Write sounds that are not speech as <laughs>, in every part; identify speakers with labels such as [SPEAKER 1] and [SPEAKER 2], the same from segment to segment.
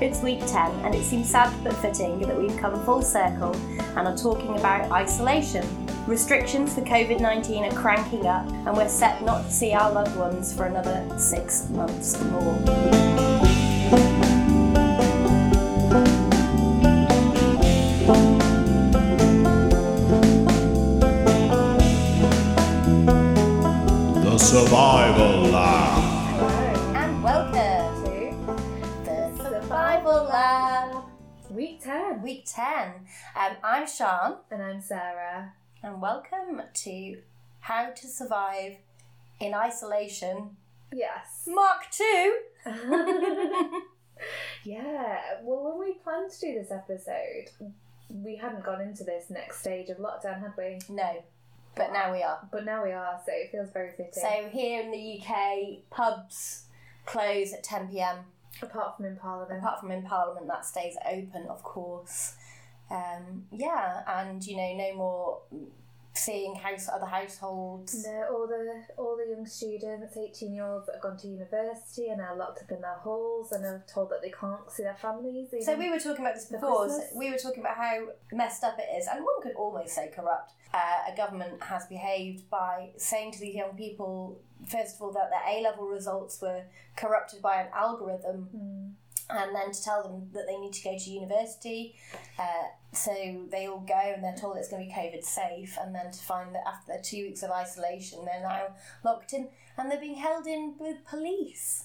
[SPEAKER 1] It's week 10, and it seems sad but fitting that we've come full circle and are talking about isolation. Restrictions for COVID 19 are cranking up, and we're set not to see our loved ones for another six months more.
[SPEAKER 2] The Survival Lab.
[SPEAKER 1] And welcome to the Survival Lab,
[SPEAKER 3] Week 10.
[SPEAKER 1] week 10. Um, I'm Sean,
[SPEAKER 3] And I'm Sarah.
[SPEAKER 1] and welcome to How to Survive in Isolation <laughs>
[SPEAKER 3] Yes. <laughs>
[SPEAKER 1] Mark 2.
[SPEAKER 3] yeah, well, when we planned to do this episode, we hadn't gone into this next stage of lockdown, had we?
[SPEAKER 1] No, but now we are.
[SPEAKER 3] But now we are, so it feels very fitting.
[SPEAKER 1] So here in the UK, pubs close at 10 pm.
[SPEAKER 3] apart from in Parliament.
[SPEAKER 1] Apart from in Parliament, that stays open, of course. Um, yeah, and you know, no more seeing house other households.
[SPEAKER 3] no, all the all the young students, eighteen year olds that have gone to university and are locked up in their halls and are told that they can't see their families.
[SPEAKER 1] So
[SPEAKER 3] even.
[SPEAKER 1] we were talking about this
[SPEAKER 3] The
[SPEAKER 1] before. so
[SPEAKER 3] Christmas?
[SPEAKER 1] we were talking about how messed up it is, and one could almost say corrupt. Uh, a government has behaved by saying to these young people, first of all, that their A level results were corrupted by an algorithm
[SPEAKER 3] Mm.
[SPEAKER 1] and then to tell them that they need to go to university. Uh, so they all go and they're told it's going to be COVID safe, and then to find that after their two weeks of isolation, they're now locked in and they're being held in with police.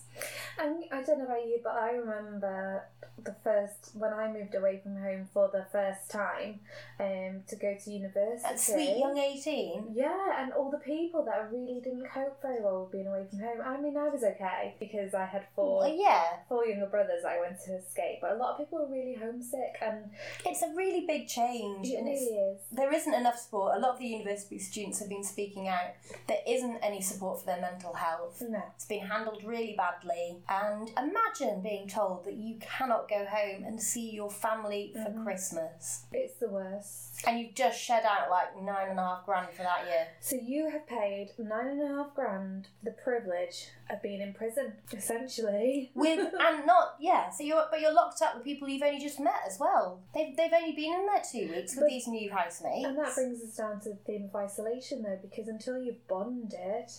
[SPEAKER 3] And I don't know about you, but I remember the first when I moved away from home for the first time um, to go to university.
[SPEAKER 1] At sweet young 18.
[SPEAKER 3] Yeah, and all the people that really didn't cope very well with being away from home. I mean, I was okay because I had
[SPEAKER 1] Well,
[SPEAKER 3] four
[SPEAKER 1] yeah,
[SPEAKER 3] four younger brothers I went to escape, but a lot of people were really homesick, and
[SPEAKER 1] it's a really big change,
[SPEAKER 3] it
[SPEAKER 1] and it's
[SPEAKER 3] really is.
[SPEAKER 1] there isn't enough support. A lot of the university students have been speaking out. There isn't any support for their mental health.
[SPEAKER 3] No.
[SPEAKER 1] It's been handled really badly. And imagine being told that you cannot go home and see your family for
[SPEAKER 3] Mhm.
[SPEAKER 1] Christmas.
[SPEAKER 3] It's the worst.
[SPEAKER 1] And you've just shed out like nine and a half grand for that
[SPEAKER 3] <laughs>
[SPEAKER 1] year.
[SPEAKER 3] So you have paid nine and a half grand for the privilege of being in prison, essentially.
[SPEAKER 1] With and not yeah, so you're but you're locked up with people you've only just met as well. They've they've only been in there two weeks with
[SPEAKER 3] But-
[SPEAKER 1] these new housemates.
[SPEAKER 3] And that brings us down to the theme of isolation, though, because until you've bonded,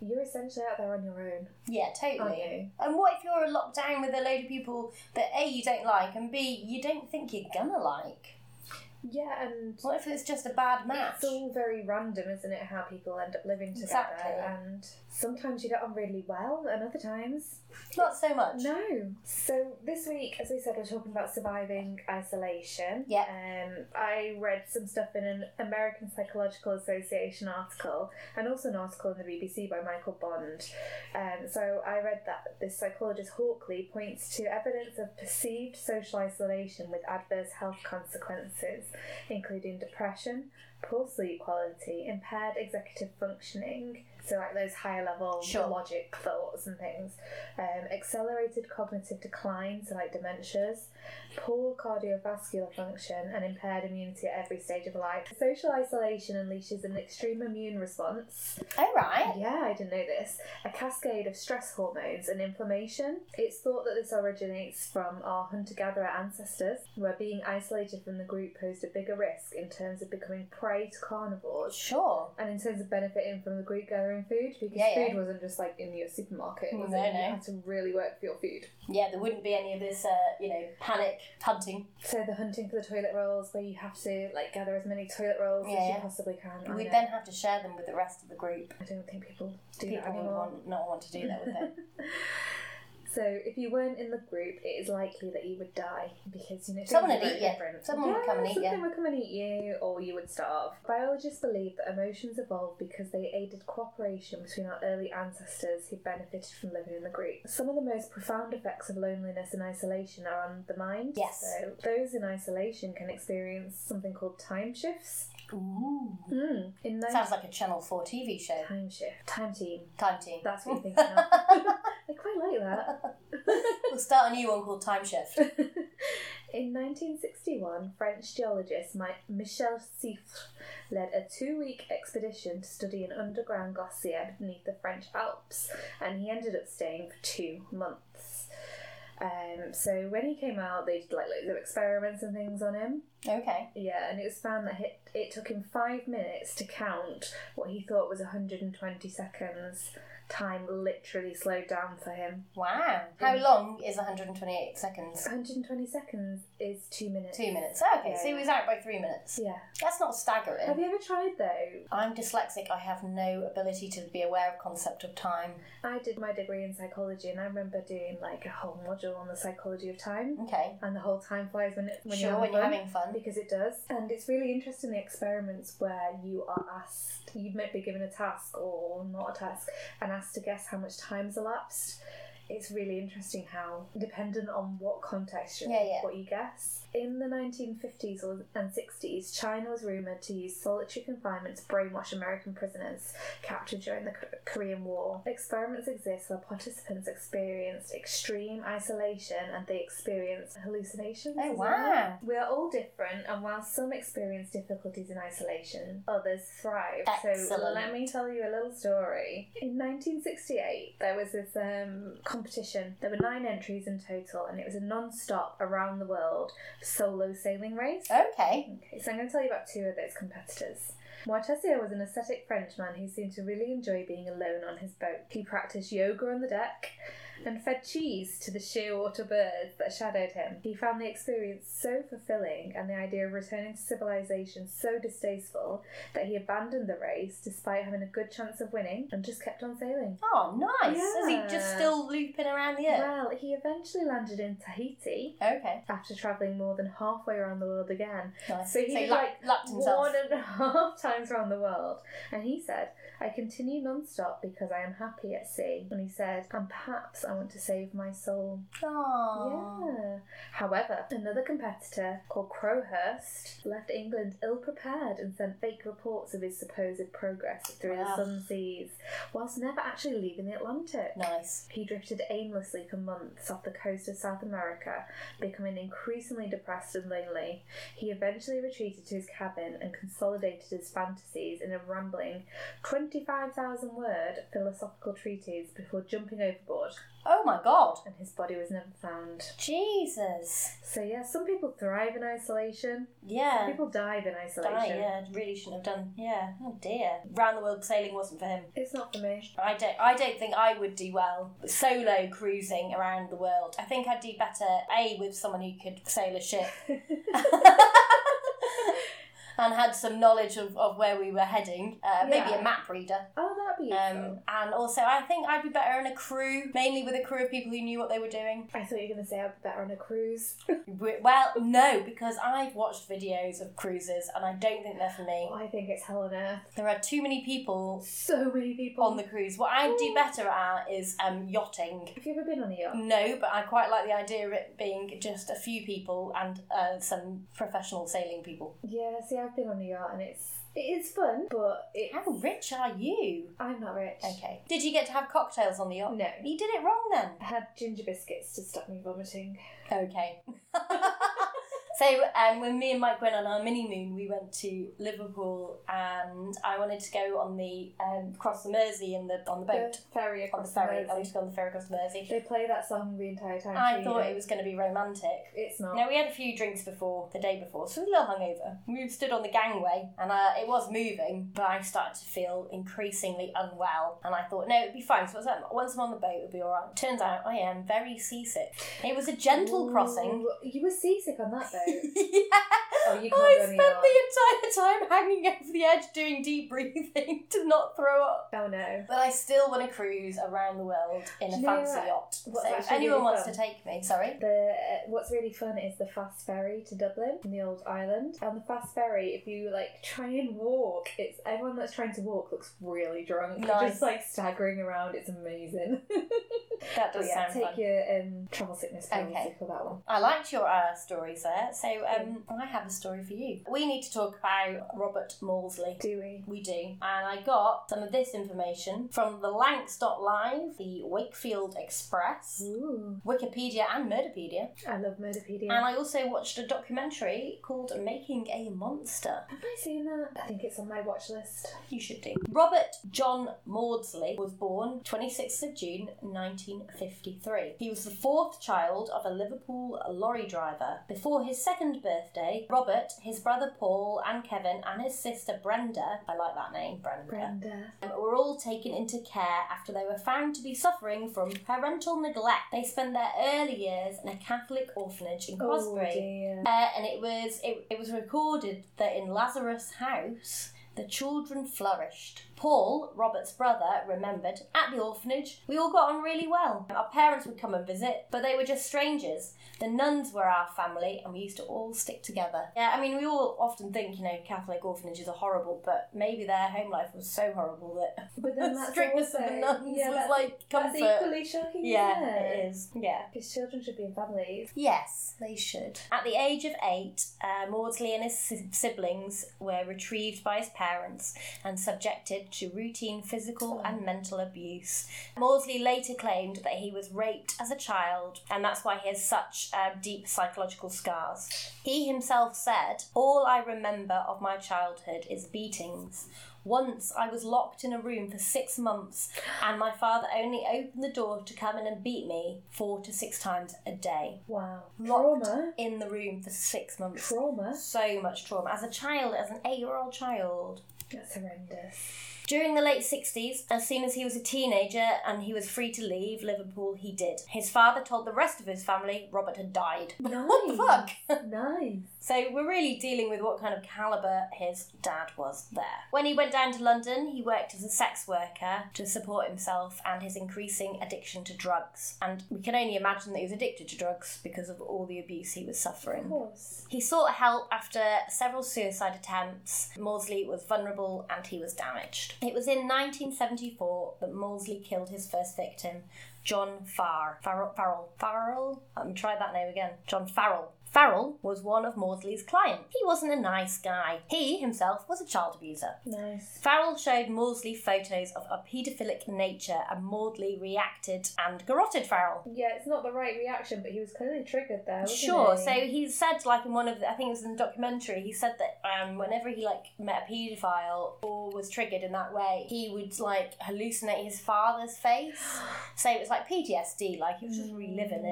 [SPEAKER 3] you're essentially out there on your own,
[SPEAKER 1] yeah,
[SPEAKER 3] aren't
[SPEAKER 1] totally.
[SPEAKER 3] you?
[SPEAKER 1] And what if you're locked down with a load of people that A you don't like and B you don't think you're gonna like?
[SPEAKER 3] Yeah, and
[SPEAKER 1] What if it's just a bad match?
[SPEAKER 3] it's all very random, isn't it? How people end up living together,
[SPEAKER 1] Exactly.
[SPEAKER 3] and sometimes you get on really well, and other times
[SPEAKER 1] Not so much.
[SPEAKER 3] No. So this week, as we said, we're talking about surviving isolation.
[SPEAKER 1] Yeah.
[SPEAKER 3] Um, I read some stuff in an American Psychological Association article, and also an article in the BBC by Michael Bond. Um, so I read that this psychologist Hawkley points to evidence of perceived social isolation with adverse health consequences, including depression, poor sleep quality, impaired executive functioning. So like those higher level
[SPEAKER 1] Sure.
[SPEAKER 3] logic thoughts and things um, accelerated cognitive decline, so like dementias, poor cardiovascular function, and impaired immunity at every stage of life. Social isolation unleashes an extreme immune response.
[SPEAKER 1] All right.
[SPEAKER 3] Yeah, I didn't know this. A cascade of stress hormones and inflammation. It's thought that this originates from our hunter gatherer ancestors, where being isolated from the group posed a bigger risk in terms of becoming prey to carnivores.
[SPEAKER 1] Sure.
[SPEAKER 3] And in terms of benefiting from the Greek gathering food, because
[SPEAKER 1] Yeah, yeah.
[SPEAKER 3] food wasn't just like in your supermarket, was
[SPEAKER 1] No,
[SPEAKER 3] it?
[SPEAKER 1] no.
[SPEAKER 3] You had to really work for your food.
[SPEAKER 1] Yeah, there wouldn't be any of this, uh, you know, panic hunting.
[SPEAKER 3] So the hunting for the toilet rolls, where you have to like gather as many toilet rolls
[SPEAKER 1] Yeah,
[SPEAKER 3] as you
[SPEAKER 1] yeah.
[SPEAKER 3] possibly can. I
[SPEAKER 1] We'd
[SPEAKER 3] know.
[SPEAKER 1] then have to share them with the rest of the group.
[SPEAKER 3] I don't think people do
[SPEAKER 1] People
[SPEAKER 3] that
[SPEAKER 1] would
[SPEAKER 3] anymore.
[SPEAKER 1] want, not want to do that
[SPEAKER 3] <laughs>
[SPEAKER 1] with it.
[SPEAKER 3] So if you weren't in the group, it is likely that you would die because you know things
[SPEAKER 1] Someone
[SPEAKER 3] are
[SPEAKER 1] would
[SPEAKER 3] very
[SPEAKER 1] eat you.
[SPEAKER 3] different.
[SPEAKER 1] Someone would
[SPEAKER 3] Yeah,
[SPEAKER 1] come and eat you.
[SPEAKER 3] Something would come and eat you, or you would starve. Biologists believe that emotions evolved because they aided cooperation between our early ancestors who benefited from living in the group. Some of the most profound effects of loneliness and isolation are on the mind.
[SPEAKER 1] Yes.
[SPEAKER 3] So those in isolation can experience something called time shifts.
[SPEAKER 1] Ooh.
[SPEAKER 3] Mm. In those
[SPEAKER 1] Hmm. Sounds like a Channel 4 TV show.
[SPEAKER 3] time shift, time team.
[SPEAKER 1] Time Team. <laughs>
[SPEAKER 3] That's what you're thinking of. I quite like that.
[SPEAKER 1] We'll start a new one called Time Shift.
[SPEAKER 3] <laughs> In 1961, French geologist Mi- Michel Siffre led a two week expedition to study an underground glacier beneath the French Alps, and he ended up staying for two months. Um, so when he came out, they did like loads of experiments and things on him.
[SPEAKER 1] Okay.
[SPEAKER 3] Yeah, and it was found that it, it took him five minutes to count what he thought was 120 seconds. Time literally slowed down for him.
[SPEAKER 1] Wow. How long is 128 seconds?
[SPEAKER 3] 120 seconds is two minutes.
[SPEAKER 1] Two minutes. Oh, okay,
[SPEAKER 3] Yeah.
[SPEAKER 1] so he was out by three minutes.
[SPEAKER 3] Yeah.
[SPEAKER 1] That's not staggering.
[SPEAKER 3] Have you ever tried though?
[SPEAKER 1] I'm dyslexic. I have no ability to be aware of concept of time.
[SPEAKER 3] I did my degree in psychology, and I remember doing like a whole module on the psychology of time.
[SPEAKER 1] Okay.
[SPEAKER 3] and the whole time flies when, it, when
[SPEAKER 1] Mm. sure,
[SPEAKER 3] you're,
[SPEAKER 1] when you're
[SPEAKER 3] having
[SPEAKER 1] having fun.
[SPEAKER 3] fun because it does and it's really interesting the experiments where you are asked you might be given a task or not a task and asked to guess how much time's elapsed it's really interesting how dependent on what context you're in,
[SPEAKER 1] Yeah, yeah.
[SPEAKER 3] what you guess in the 1950s or- and 60s china was rumored to use solitary confinement to brainwash american prisoners captured during the K- korean war experiments exist where participants experienced extreme isolation and they experienced hallucinations
[SPEAKER 1] Oh,
[SPEAKER 3] as
[SPEAKER 1] wow.
[SPEAKER 3] well. we are all different and while some experience difficulties in isolation others thrive so
[SPEAKER 1] Excellent.
[SPEAKER 3] let me tell you a little story in 1968 there was this um, competition there were nine entries in total and it was a non-stop around the world solo sailing race
[SPEAKER 1] Okay.
[SPEAKER 3] Okay, so I'm going to tell you about two of those competitors. Moitessier was an ascetic Frenchman who seemed to really enjoy being alone on his boat. He practiced yoga on the deck and fed cheese to the shearwater birds that shadowed him. He found the experience so fulfilling and the idea of returning to civilization so distasteful that he abandoned the race despite having a good chance of winning and just kept on sailing.
[SPEAKER 1] Oh, nice. Is he just
[SPEAKER 3] Yeah.
[SPEAKER 1] still looping around the earth?
[SPEAKER 3] Well, he eventually landed in Tahiti
[SPEAKER 1] Okay.
[SPEAKER 3] after travelling more than halfway around the world again
[SPEAKER 1] Nice.
[SPEAKER 3] So he did,
[SPEAKER 1] lap-
[SPEAKER 3] like,
[SPEAKER 1] lapped himself.
[SPEAKER 3] one and a <laughs> half times around the world. And he said, I continue non stop because I am happy at sea. And he said, and perhaps I want to save my soul.
[SPEAKER 1] Aw.
[SPEAKER 3] Yeah. However, another competitor called Crowhurst left England ill prepared and sent fake reports of his supposed progress through
[SPEAKER 1] Wow.
[SPEAKER 3] the Southern Seas, whilst never actually leaving the Atlantic.
[SPEAKER 1] Nice.
[SPEAKER 3] He drifted aimlessly for months off the coast of South America, becoming increasingly depressed and lonely. He eventually retreated to his cabin and consolidated his fantasies in a rambling 25,000 word philosophical treatise before jumping overboard,
[SPEAKER 1] Oh my god.
[SPEAKER 3] and his body was never found.
[SPEAKER 1] Jesus.
[SPEAKER 3] So, yeah, some people thrive in isolation,
[SPEAKER 1] Yeah.
[SPEAKER 3] people dive in
[SPEAKER 1] Die,
[SPEAKER 3] isolation.
[SPEAKER 1] yeah, really shouldn't have done. Yeah, oh dear. Round the world sailing wasn't for him.
[SPEAKER 3] It's not for me. <laughs>
[SPEAKER 1] I don't. I don't think I would do well solo cruising around the world. I think I'd do better a with someone who could sail
[SPEAKER 3] <laughs>
[SPEAKER 1] a ship <laughs> and had some knowledge of, of where we were heading. Uh, Maybe a
[SPEAKER 3] Yeah.
[SPEAKER 1] map reader.
[SPEAKER 3] Oh, that'd be useful.
[SPEAKER 1] Um, and also, I think I'd be better in a crew, mainly with a crew of people who knew what they were doing.
[SPEAKER 3] I thought you were going to say I'd be better on a cruise.
[SPEAKER 1] W- Well, no, because I've watched videos of cruises, and I don't think they're for me.
[SPEAKER 3] Oh, I think it's hell on earth.
[SPEAKER 1] There are too many people
[SPEAKER 3] So many people.
[SPEAKER 1] on the cruise. What I'd do better at is um, yachting.
[SPEAKER 3] Have you ever been on a yacht?
[SPEAKER 1] No, but I quite like the idea of it being just a few people and uh, some professional sailing people.
[SPEAKER 3] Yeah, see, I've been on a yacht and it's it is fun, but it
[SPEAKER 1] How rich are you?
[SPEAKER 3] I'm not rich.
[SPEAKER 1] Oh. Okay. Did you get to have cocktails on the yacht?
[SPEAKER 3] No,
[SPEAKER 1] You did it wrong then.
[SPEAKER 3] I had ginger biscuits to stop me vomiting.
[SPEAKER 1] Okay. <laughs> so um, when me and Mike went on our mini moon, we went to Liverpool, and I wanted to go on the um, cross the Mersey in the on the boat
[SPEAKER 3] The ferry
[SPEAKER 1] on the
[SPEAKER 3] across
[SPEAKER 1] ferry. I
[SPEAKER 3] Mersey.
[SPEAKER 1] wanted to go on the ferry across the Mersey.
[SPEAKER 3] They play that song the entire time.
[SPEAKER 1] I
[SPEAKER 3] so
[SPEAKER 1] thought
[SPEAKER 3] you
[SPEAKER 1] it was going to be romantic.
[SPEAKER 3] know. It's not.
[SPEAKER 1] Now we had a few drinks before the day before, so we were a little hungover. We stood on the gangway, and uh, it was moving, but I started to feel increasingly unwell. And I thought, no, it'd be fine. So I was like, once I'm on the boat, it'll be all right. Turns out I am very seasick. It was a gentle crossing.
[SPEAKER 3] Ooh, You were seasick on that
[SPEAKER 1] <laughs>
[SPEAKER 3] boat.
[SPEAKER 1] yeah,
[SPEAKER 3] oh,
[SPEAKER 1] <laughs>
[SPEAKER 3] you can't
[SPEAKER 1] I
[SPEAKER 3] go on a
[SPEAKER 1] spent
[SPEAKER 3] yacht.
[SPEAKER 1] the entire time hanging over the edge doing deep breathing <laughs> to not throw up.
[SPEAKER 3] Oh no.
[SPEAKER 1] But I still want to cruise around the world in
[SPEAKER 3] Do
[SPEAKER 1] a
[SPEAKER 3] you know
[SPEAKER 1] fancy
[SPEAKER 3] what-
[SPEAKER 1] yacht. So
[SPEAKER 3] what's
[SPEAKER 1] if
[SPEAKER 3] actually
[SPEAKER 1] anyone
[SPEAKER 3] really
[SPEAKER 1] wants
[SPEAKER 3] fun?
[SPEAKER 1] to take me, sorry.
[SPEAKER 3] The uh, what's really fun is the fast ferry to Dublin in the old island. On the fast ferry, if you like try and walk, it's everyone that's trying to walk looks really drunk, They're
[SPEAKER 1] Nice.
[SPEAKER 3] just like staggering around. It's amazing. <laughs>
[SPEAKER 1] That
[SPEAKER 3] But Oh,
[SPEAKER 1] does
[SPEAKER 3] yeah,
[SPEAKER 1] sound
[SPEAKER 3] take
[SPEAKER 1] fun.
[SPEAKER 3] your um, travel sickness pills
[SPEAKER 1] Okay.
[SPEAKER 3] for that one.
[SPEAKER 1] I liked your uh, stories there. So um, I have a story for you. We need to talk about Robert Maudsley.
[SPEAKER 3] Do we?
[SPEAKER 1] We do. And I got some of this information from the Lanx.live, the Wakefield Express,
[SPEAKER 3] Ooh.
[SPEAKER 1] Wikipedia, and Murderpedia.
[SPEAKER 3] I love Murderpedia.
[SPEAKER 1] And I also watched a documentary called Making a Monster.
[SPEAKER 3] Have I seen that? I think it's on my watch list.
[SPEAKER 1] You should do. Robert John Maudsley was born 26th of June 1953. He was the fourth child of a Liverpool lorry driver. Before his second birthday, Robert, his brother Paul, and Kevin, and his sister Brenda, I like that name, Brenda,
[SPEAKER 3] Brenda.
[SPEAKER 1] um, were all taken into care after they were found to be suffering from parental neglect. They spent their early years in a Catholic orphanage in Crosbury.
[SPEAKER 3] Oh
[SPEAKER 1] <laughs>
[SPEAKER 3] dear.
[SPEAKER 1] Uh, and it was it, it was recorded that in Lazarus' house the children flourished. Paul, Robert's brother, remembered at the orphanage, we all got on really well. Our parents would come and visit, but they were just strangers. The nuns were our family, and we used to all stick together. Yeah, I mean, we all often think, you know, Catholic orphanages are horrible, but maybe their home life was so horrible that
[SPEAKER 3] But
[SPEAKER 1] <laughs> the strictness of the nuns
[SPEAKER 3] yeah,
[SPEAKER 1] was
[SPEAKER 3] that's-
[SPEAKER 1] like
[SPEAKER 3] That's
[SPEAKER 1] comfort.
[SPEAKER 3] equally shocking.
[SPEAKER 1] yeah, it is. Yeah.
[SPEAKER 3] Because children should be in families.
[SPEAKER 1] Yes, they should. At the age of eight, uh, Maudsley and his si- siblings were retrieved by his parents and subjected to routine physical and mental abuse. Maudsley later claimed that he was raped as a child, and that's why he has such uh, deep psychological scars. He himself said, All I remember of my childhood is beatings. Once I was locked in a room for six months, and my father only opened the door to come in and beat me four to six times a day.
[SPEAKER 3] Wow.
[SPEAKER 1] Locked
[SPEAKER 3] Trauma.
[SPEAKER 1] in the room for six months.
[SPEAKER 3] Trauma.
[SPEAKER 1] So much trauma. As a child, as an eight year old child.
[SPEAKER 3] That's horrendous.
[SPEAKER 1] During the late 60s, as soon as he was a teenager and he was free to leave Liverpool, he did. His father told the rest of his family Robert had died. <laughs> <laughs> What the
[SPEAKER 3] Nice.
[SPEAKER 1] fuck?
[SPEAKER 3] Nice.
[SPEAKER 1] So we're really dealing with what kind of caliber his dad was there. When he went down to London, he worked as a sex worker to support himself and his increasing addiction to drugs. And we can only imagine that he was addicted to drugs because of all the abuse he was
[SPEAKER 3] Of
[SPEAKER 1] suffering.
[SPEAKER 3] course.
[SPEAKER 1] He sought help after several suicide attempts. Maudsley was vulnerable and he was damaged. It was in 1974 that Maudsley killed his first victim, John Farr. Farrell? Farrell? Farrell? I'm try that name again. John Farrell. Farrell was one of Maudsley's clients. He wasn't a nice guy. He himself was a child abuser.
[SPEAKER 3] Nice.
[SPEAKER 1] Farrell showed Maudsley photos of a paedophilic nature and Maudsley reacted and garroted Farrell.
[SPEAKER 3] Yeah, it's not the right reaction, but he was clearly triggered there. Wasn't
[SPEAKER 1] Sure.
[SPEAKER 3] He?
[SPEAKER 1] So he said, like in one of, the, I think it was in the documentary, he said that um, whenever he like met a paedophile or was triggered in that way, he would like hallucinate his father's face. so it was like PTSD. Like he was just reliving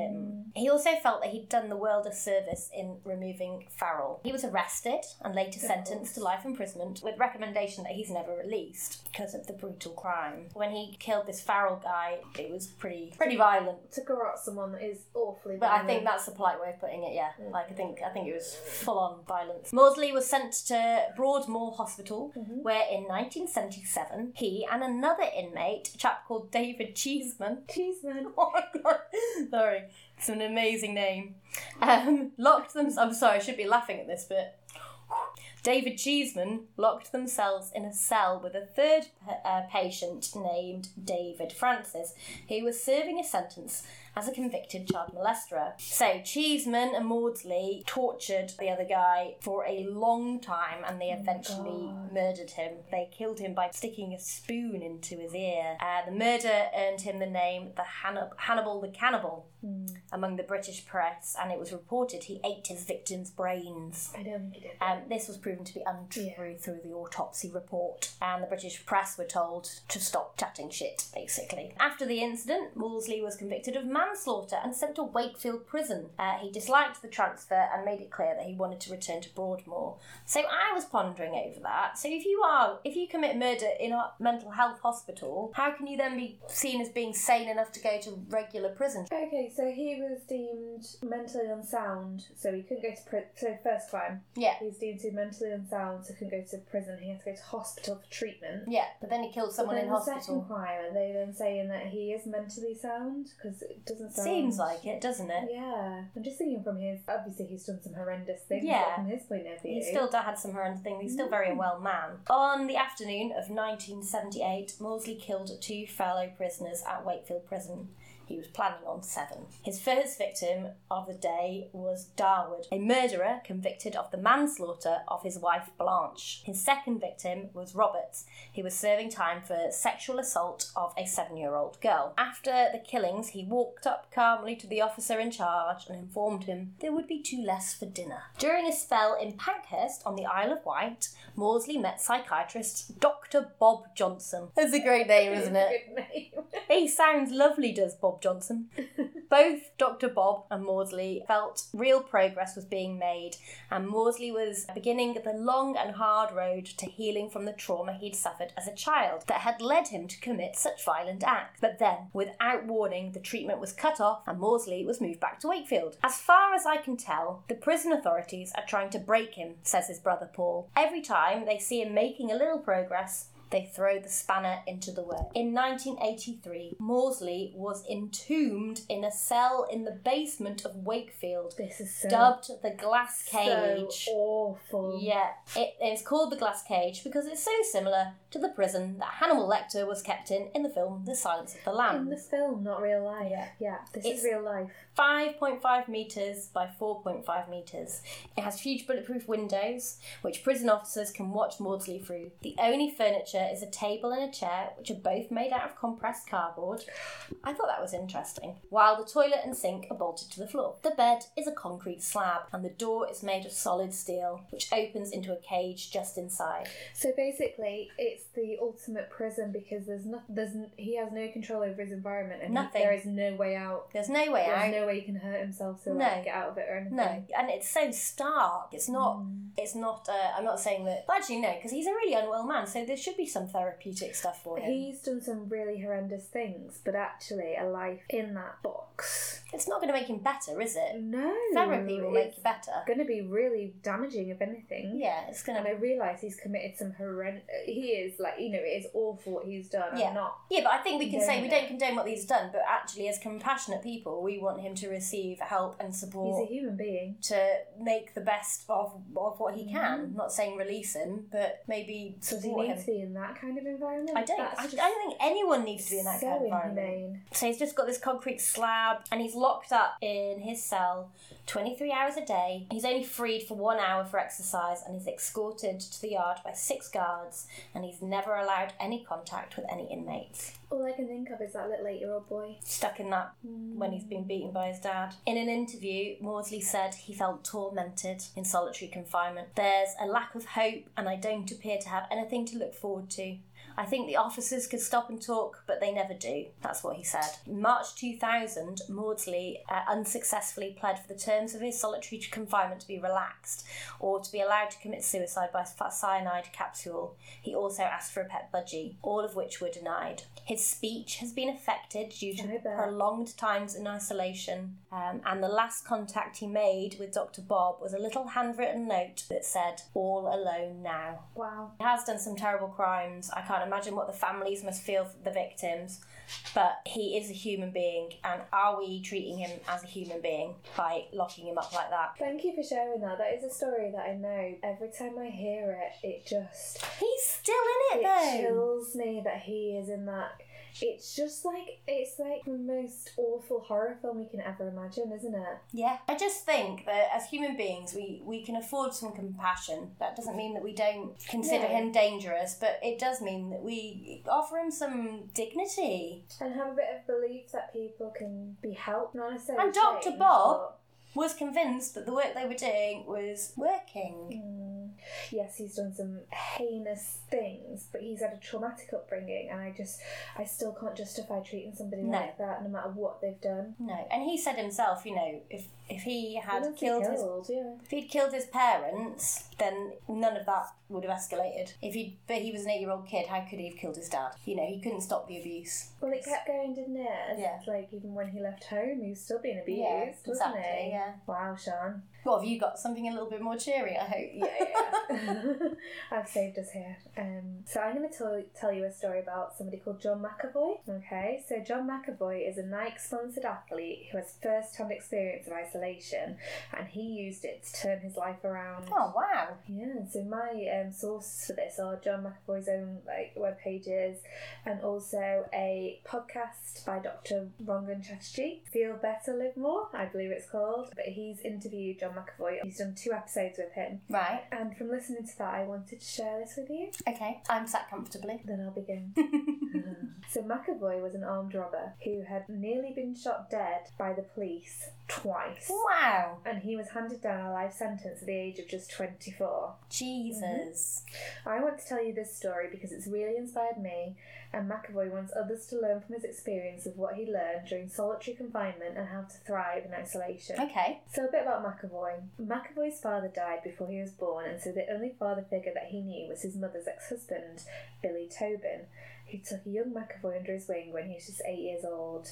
[SPEAKER 1] it. He also felt that he'd done the world a service in removing Farrell. He was arrested and later sentenced to life imprisonment with recommendation that he's never released because of the brutal crime. When he killed this Farrell guy, it was pretty pretty violent.
[SPEAKER 3] to garrote someone that is awfully.
[SPEAKER 1] But I
[SPEAKER 3] violent.
[SPEAKER 1] think that's the polite way of putting it. Yeah, like I think I think it was full on violence. Maudsley was sent to Broadmoor Hospital, where in 1977 he and another inmate, a chap called David Cheeseman. <laughs>
[SPEAKER 3] Jeez, man.
[SPEAKER 1] Oh my god! Sorry, it's an amazing name. Um, locked them. I'm sorry, I should be laughing at this bit. David Cheeseman locked themselves in a cell with a third pa- uh, patient named David Francis, who was serving a sentence as a convicted child molester. So Cheeseman and Maudsley tortured the other guy for a long time and they eventually murdered him. They killed him by sticking a spoon into his ear. Uh, the murder earned him the name the Hannib- Hannibal the Cannibal among the British press, and it was reported he ate his victims' brains.
[SPEAKER 3] I don't think he did.
[SPEAKER 1] Um, this was proven to be untrue
[SPEAKER 3] Yeah.
[SPEAKER 1] through the autopsy report, and the British press were told to stop chatting shit, basically. After the incident, Wolseley was convicted of manslaughter and sent to Wakefield Prison. Uh, he disliked the transfer and made it clear that he wanted to return to Broadmoor. So I was pondering over that. So if you are, if you commit murder in a mental health hospital, how can you then be seen as being sane enough to go to regular prison?
[SPEAKER 3] Okay, so he was deemed mentally unsound, so he couldn't go to prison. So first crime,
[SPEAKER 1] Yeah.
[SPEAKER 3] he was deemed to be mentally unsound, so couldn't go to prison. He had to go to hospital for treatment.
[SPEAKER 1] Yeah, but then he killed someone
[SPEAKER 3] But then
[SPEAKER 1] in
[SPEAKER 3] the
[SPEAKER 1] hospital.
[SPEAKER 3] Second crime, are they then saying that he is mentally sound? Because it doesn't sound.
[SPEAKER 1] Seems like it, doesn't it?
[SPEAKER 3] Yeah, I'm just thinking from his. Obviously, he's done some horrendous things. but
[SPEAKER 1] Yeah.
[SPEAKER 3] from his point of view, <laughs>
[SPEAKER 1] He still da- had some horrendous things. He's still very well man. On the afternoon of 1978, Maudsley killed two fellow prisoners at Wakefield Prison. He was planning on seven. His first victim of the day was Darwood, a murderer convicted of the manslaughter of his wife Blanche. His second victim was Roberts, who was serving time for sexual assault of a seven year old girl. After the killings, he walked up calmly to the officer in charge and informed him there would be two less for dinner. During a spell in Pankhurst on the Isle of Wight, Morsley met psychiatrist Dr. Bob Johnson. That's a great name, isn't it?
[SPEAKER 3] Good name. <laughs>
[SPEAKER 1] <laughs> He sounds lovely, does Bob Johnson. Both Dr. Bob and Maudsley felt real progress was being made, and Maudsley was beginning the long and hard road to healing from the trauma he'd suffered as a child that had led him to commit such violent acts. But then, without warning, the treatment was cut off, and Maudsley was moved back to Wakefield. As far as I can tell, the prison authorities are trying to break him, says his brother Paul. Every time they see him making a little progress, they throw the spanner into the work. In 1983, Morsley was entombed in a cell in the basement of Wakefield,
[SPEAKER 3] This is so,
[SPEAKER 1] dubbed the Glass
[SPEAKER 3] so
[SPEAKER 1] Cage.
[SPEAKER 3] awful.
[SPEAKER 1] yeah, it is called the Glass Cage because it's so similar to the prison that Hannibal Lecter was kept in in the film The Silence of the
[SPEAKER 3] In the
[SPEAKER 1] Lambs.
[SPEAKER 3] film, not real life. Yeah, this
[SPEAKER 1] It's-
[SPEAKER 3] is real life.
[SPEAKER 1] 5.5 metres by 4.5 metres. It has huge bulletproof windows, which prison officers can watch Maudsley through. The only furniture is a table and a chair, which are both made out of compressed cardboard. I thought that was interesting. While the toilet and sink are bolted to the floor. The bed is a concrete slab, and the door is made of solid steel, which opens into a cage just inside.
[SPEAKER 3] So basically, it's the ultimate prison because there's no, there's n- he has no control over his environment and he-
[SPEAKER 1] Nothing.
[SPEAKER 3] there is no way out.
[SPEAKER 1] There's no way
[SPEAKER 3] There's
[SPEAKER 1] out.
[SPEAKER 3] no way he can hurt himself to
[SPEAKER 1] No.
[SPEAKER 3] like, get out of it or anything.
[SPEAKER 1] No, and it's so stark. It's not.
[SPEAKER 3] Mm.
[SPEAKER 1] It's not. Uh, I'm not saying that. Well, actually, no, because he's a really unwell man, so there should be some therapeutic stuff for him.
[SPEAKER 3] He's done some really horrendous things, but actually, a life in that box.
[SPEAKER 1] It's not going to make him better, is it?
[SPEAKER 3] No.
[SPEAKER 1] Therapy will make you better.
[SPEAKER 3] Going to be really damaging, if anything.
[SPEAKER 1] Yeah, it's going
[SPEAKER 3] And I
[SPEAKER 1] to.
[SPEAKER 3] realise he's committed some horrendous. He is like you know it is awful what he's done.
[SPEAKER 1] Yeah.
[SPEAKER 3] I'm not
[SPEAKER 1] Yeah, but I think we can say
[SPEAKER 3] Doing
[SPEAKER 1] we
[SPEAKER 3] it.
[SPEAKER 1] don't condone what he's done, but actually, as compassionate people, we want him to receive help and
[SPEAKER 3] He's a
[SPEAKER 1] support
[SPEAKER 3] human being.
[SPEAKER 1] to make the best of, of what he can. Not saying release him, but maybe
[SPEAKER 3] Does Mm. he
[SPEAKER 1] support
[SPEAKER 3] need
[SPEAKER 1] him.
[SPEAKER 3] to be in that kind of environment?
[SPEAKER 1] I don't.
[SPEAKER 3] That's
[SPEAKER 1] I, I
[SPEAKER 3] just
[SPEAKER 1] don't think anyone needs to be in that
[SPEAKER 3] so
[SPEAKER 1] kind of environment.
[SPEAKER 3] inhumane.
[SPEAKER 1] So he's just got this concrete slab and he's locked up in his cell 23 hours a day. He's only freed for one hour for exercise and he's escorted to the yard by six guards and he's never allowed any contact with any inmates.
[SPEAKER 3] All I can think of is that little eight-year-old boy.
[SPEAKER 1] Stuck in that when he's been beaten by his dad. In an interview, Maudsley said he felt tormented in solitary confinement. There's a lack of hope and I don't appear to have anything to look forward to. I think the officers could stop and talk, but they never do. That's what he said. In March 2000, Maudsley uh, unsuccessfully pled for the terms of his solitary confinement to be relaxed or to be allowed to commit suicide by fa- cyanide capsule. He also asked for a pet budgie, all of which were denied. His speech has been affected due
[SPEAKER 3] I
[SPEAKER 1] to
[SPEAKER 3] bet.
[SPEAKER 1] prolonged times in isolation, um, and the last contact he made with Dr. Bob was a little handwritten note that said, All alone now.
[SPEAKER 3] Wow.
[SPEAKER 1] He has done some terrible crimes. I can't imagine what the families must feel for the victims. But he is a human being, and are we treating him as a human being by locking him up like that?
[SPEAKER 3] Thank you for sharing that. That is a story that I know. Every time I hear it, it just
[SPEAKER 1] He's still in it,
[SPEAKER 3] it
[SPEAKER 1] though.
[SPEAKER 3] chills me that he is in that. It's just like it's like the most awful horror film we can ever imagine, isn't it?
[SPEAKER 1] Yeah. I just think that as human beings, we, we can afford some compassion. That doesn't mean that we don't consider
[SPEAKER 3] No.
[SPEAKER 1] him dangerous, but it does mean that we offer him some dignity.
[SPEAKER 3] And have a bit of belief that people can be helped, not necessarily.
[SPEAKER 1] And Dr.
[SPEAKER 3] changed,
[SPEAKER 1] Bob-
[SPEAKER 3] but-
[SPEAKER 1] Was convinced that the work they were doing was working.
[SPEAKER 3] Mm. Yes, he's done some heinous things, but he's had a traumatic upbringing, and I just, I still can't justify treating somebody
[SPEAKER 1] No.
[SPEAKER 3] like that, no matter what they've done.
[SPEAKER 1] No, and he said himself, you know, if if he had
[SPEAKER 3] Unless he
[SPEAKER 1] killed his
[SPEAKER 3] yeah.
[SPEAKER 1] If he'd killed his parents, then none of that would have escalated. If he but he was an eight-year-old kid, how could he have killed his dad? You know, he couldn't stop the abuse.
[SPEAKER 3] Well, it kept going, didn't it? And
[SPEAKER 1] Yeah.
[SPEAKER 3] it's Like even when he left home, he was still being abused,
[SPEAKER 1] Yeah,
[SPEAKER 3] wasn't
[SPEAKER 1] exactly,
[SPEAKER 3] he?
[SPEAKER 1] yeah.
[SPEAKER 3] Wow, Sean.
[SPEAKER 1] What have you got? Something a little bit more cheery, I hope.
[SPEAKER 3] Yeah, <laughs> yeah, I've saved us here. Um, so I'm going to tell, tell you a story about somebody called John McAvoy. Okay, so John McAvoy is a Nike-sponsored athlete who has first-hand experience of isolation, and he used it to turn his life around.
[SPEAKER 1] Oh wow.
[SPEAKER 3] Yeah, so my um, sources for this are John McAvoy's own like web pages, and also a podcast by Dr. Rangan Chatterjee, Feel Better, Live More, I believe it's called. But he's interviewed John McAvoy. He's done two episodes with him,
[SPEAKER 1] Right.
[SPEAKER 3] and from listening to that, I wanted to share this with you.
[SPEAKER 1] Okay. I'm sat
[SPEAKER 3] <laughs>
[SPEAKER 1] comfortably. <laughs>
[SPEAKER 3] Then I'll begin. Uh, so McAvoy was an armed robber who had nearly been shot dead by the police twice.
[SPEAKER 1] Wow.
[SPEAKER 3] And he was handed down a life sentence at the age of just 24.
[SPEAKER 1] Jesus.
[SPEAKER 3] I want to tell you this story because it's really inspired me, and McAvoy wants others to learn from his experience of what he learned during solitary confinement and how to thrive in isolation.
[SPEAKER 1] Mm-hmm. Okay.
[SPEAKER 3] So, a bit about McAvoy. McAvoy's father died before he was born, and so the only father figure that he knew was his mother's ex husband, Billy Tobin, who took a young McAvoy under his wing when he was just eight years old.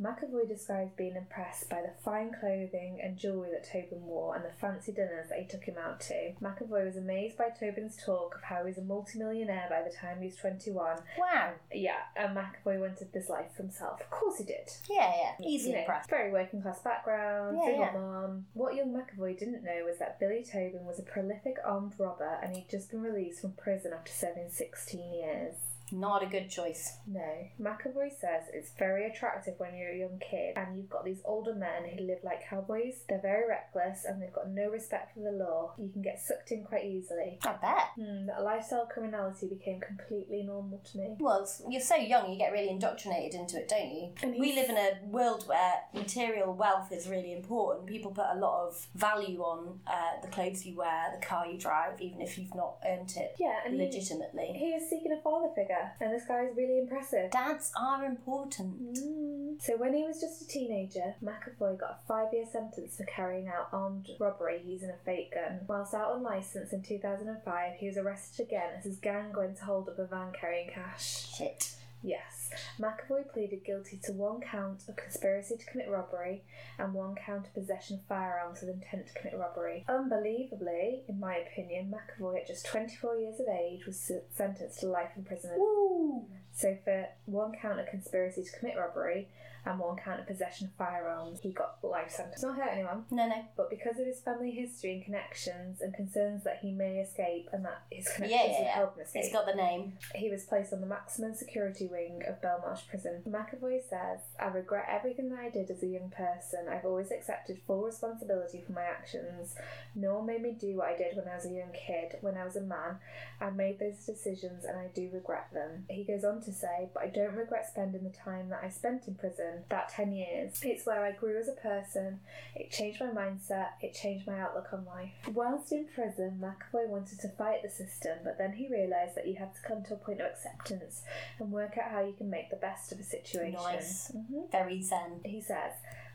[SPEAKER 3] McAvoy describes being impressed by the fine clothing and jewellery that Tobin wore and the fancy dinners that he took him out to. McAvoy was amazed by Tobin's talk of how he was a multimillionaire by the time he was 21.
[SPEAKER 1] Wow.
[SPEAKER 3] Yeah, and McAvoy wanted this life for himself. Of course he did
[SPEAKER 1] Yeah, yeah. Easy
[SPEAKER 3] you know,
[SPEAKER 1] impressed.
[SPEAKER 3] Very working class background,
[SPEAKER 1] Yeah,
[SPEAKER 3] single
[SPEAKER 1] yeah.
[SPEAKER 3] mom. What young McAvoy didn't know was that Billy Tobin was a prolific armed robber and he'd just been released from prison after serving 16 years.
[SPEAKER 1] Not a good choice.
[SPEAKER 3] No, McAvoy says it's very attractive when you're a young kid and you've got these older men who live like cowboys. They're very reckless and they've got no respect for the law. You can get sucked in quite easily.
[SPEAKER 1] I bet.
[SPEAKER 3] Hmm, that lifestyle criminality became completely normal to me.
[SPEAKER 1] Well, s- you're so young, you get really indoctrinated into it, don't you?
[SPEAKER 3] And
[SPEAKER 1] we
[SPEAKER 3] he's-
[SPEAKER 1] live in a world where material wealth is really important. People put a lot of value on uh, the clothes you wear, the car you drive, even if you've not earned it
[SPEAKER 3] Yeah, and he,
[SPEAKER 1] legitimately.
[SPEAKER 3] he was seeking a father figure, and this guy is really impressive.
[SPEAKER 1] Dads are important.
[SPEAKER 3] Mm. So when he was just a teenager, McAvoy got a five-year sentence for carrying out armed robbery using a fake gun. Whilst out on license in 2005, he was arrested again as his gang went to hold up a van carrying cash.
[SPEAKER 1] Shit.
[SPEAKER 3] Yes, McAvoy pleaded guilty to one count of conspiracy to commit robbery and one count of possession of firearms with intent to commit robbery. Unbelievably, in my opinion, McAvoy, at just 24 years of age, was se- sentenced to life imprisonment.
[SPEAKER 1] Woo!
[SPEAKER 3] So for one count of conspiracy to commit robbery and one count of possession of firearms, he got life sentence. Not hurt anyone,
[SPEAKER 1] No, no.
[SPEAKER 3] but because of his family history and connections and concerns that he may escape and that his connections
[SPEAKER 1] yeah,
[SPEAKER 3] would
[SPEAKER 1] yeah.
[SPEAKER 3] help him escape,
[SPEAKER 1] It's got the name.
[SPEAKER 3] he was placed on the maximum security wing of Belmarsh Prison. McAvoy says, I regret everything that I did as a young person. I've always accepted full responsibility for my actions. No one made me do what I did when I was a young kid, when I was a man. I made those decisions and I do regret them. He goes on to say, But I don't regret spending the time that I spent in prison, that 10 years. It's where I grew as a person, it changed my mindset, it changed my outlook on life. Whilst in prison, McAvoy wanted to fight the system, but then he realised that you had to come to a point of acceptance and work out how you can make the best of a situation.
[SPEAKER 1] Nice.
[SPEAKER 3] Mhm.
[SPEAKER 1] Very zen.
[SPEAKER 3] He says,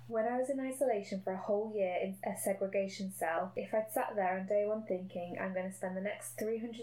[SPEAKER 3] When I was in isolation for a whole year in a segregation cell, if I'd sat there on day one thinking, I'm going to spend the next